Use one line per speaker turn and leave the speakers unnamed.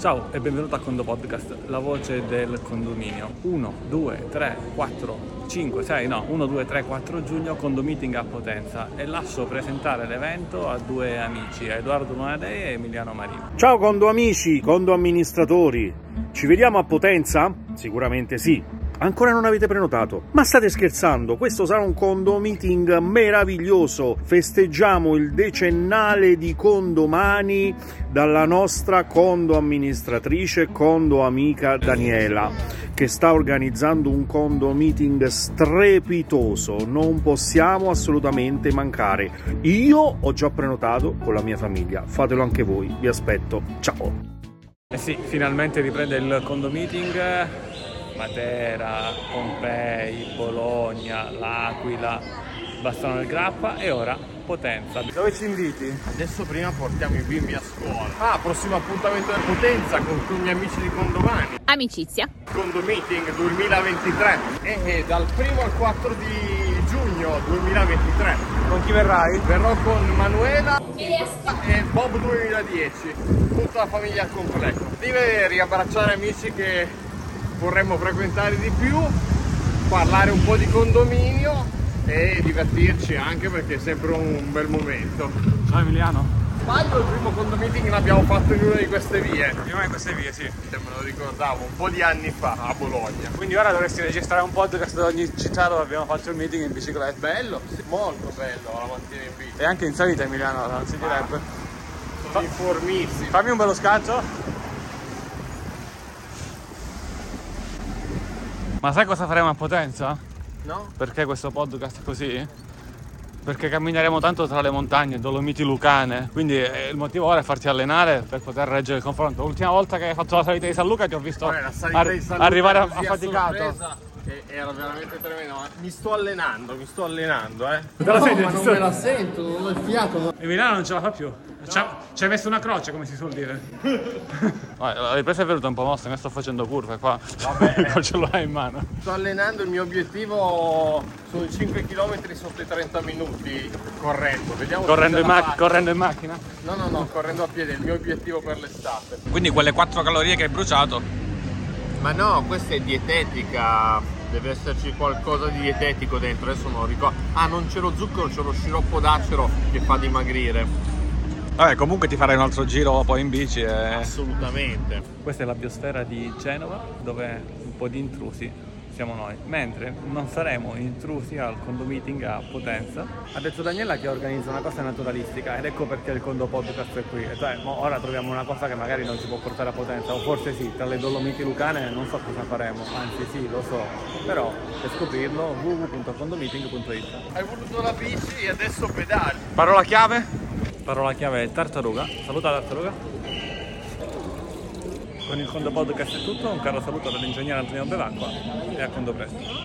Ciao e benvenuto a Condo Podcast, la voce del condominio. 1, 2, 3, 4, 5, 6, no, 1, 2, 3, 4 giugno, Condo Meeting a Potenza e lascio presentare l'evento a due amici, a Edoardo Monadei e Emiliano Marino.
Ciao condo amici, condo amministratori. Ci vediamo a Potenza? Sicuramente sì. Ancora non avete prenotato? Ma state scherzando, questo sarà un condo meeting meraviglioso. Festeggiamo il decennale di condomani dalla nostra condo amministratrice, condo amica Daniela, che sta organizzando un condo meeting strepitoso. Non possiamo assolutamente mancare. Io ho già prenotato con la mia famiglia, fatelo anche voi, vi aspetto. Ciao!
Eh sì, finalmente riprende il condo meeting. Matera, Pompei, Bologna, L'Aquila, Bassano del Grappa e ora Potenza.
Dove ci inviti?
Adesso prima portiamo i bimbi a scuola.
Ah, prossimo appuntamento a Potenza con tutti gli amici di Condomani.
Amicizia.
Condo Meeting 2023. E, e eh, dal primo al 4 di giugno 2023.
Con chi verrai?
Verrò con Manuela
Elias.
e Bob 2010. Tutta la famiglia al completo. Dire riabbracciare amici che vorremmo frequentare di più, parlare un po' di condominio e divertirci anche perché è sempre un bel momento.
Ciao Emiliano.
Sbaglio il primo condomeeting l'abbiamo fatto in una di queste vie.
Prima di queste vie, sì.
Te me lo ricordavo un po' di anni fa a Bologna.
Quindi ora dovresti registrare un podcast da ogni città dove abbiamo fatto il meeting in bicicletta.
Bello, sì, molto bello la mattina in bici.
E anche in salita Emiliano, non si direbbe.
Sono informissimo.
Fammi un bello scatto. Ma sai cosa faremo a Potenza?
No?
Perché questo podcast è così? Perché cammineremo tanto tra le montagne, Dolomiti Lucane. Quindi eh, il motivo ora è farti allenare per poter reggere il confronto. L'ultima volta che hai fatto la salita di San Luca ti ho visto
Vabbè, la salita
ar-
di San Luca
arrivare
così a
affaticato.
sorpresa, e- Era veramente tremendo, ma mi sto allenando, mi sto allenando, eh.
Te la sei detto?
Non me la sento, non ho il fiato.
Emiliano non ce la fa più. Ci hai messo una croce come si suol dire.
Vabbè, La ripresa è venuta un po' mossa, ne sto facendo curve qua. Col cellulare in mano.
Sto allenando, il mio obiettivo sono i 5 km sotto i 30 minuti correndo. Vediamo se
Correndo
ce
in,
la
mac-
faccio.
correndo in macchina.
No, no, no, correndo a piedi, è il mio obiettivo per l'estate.
Quindi quelle 4 calorie che hai bruciato.
Ma no, questa è dietetica, deve esserci qualcosa di dietetico dentro, adesso non ricordo. Ah, non c'è lo zucchero, c'è lo sciroppo d'acero che fa dimagrire.
Vabbè, comunque ti farai un altro giro poi in bici e.
Assolutamente.
Questa è la biosfera di Genova dove un po' di intrusi siamo noi, mentre non saremo intrusi al condo meeting a Potenza.
Ha detto Daniela che organizza una cosa naturalistica ed ecco perché il condo podcast è qui. E cioè, mo ora troviamo una cosa che magari non si può portare a potenza, o forse sì, tra le Dolomiti Lucane non so cosa faremo, anzi sì, lo so. Però per scoprirlo www.condomeeting.it
Hai voluto la bici e adesso pedali.
Parola chiave?
Parola chiave è tartaruga. Saluta tartaruga. Con il condo podcast è tutto, un caro saluto dall'ingegnere Antonio Bevacqua e a condo presto.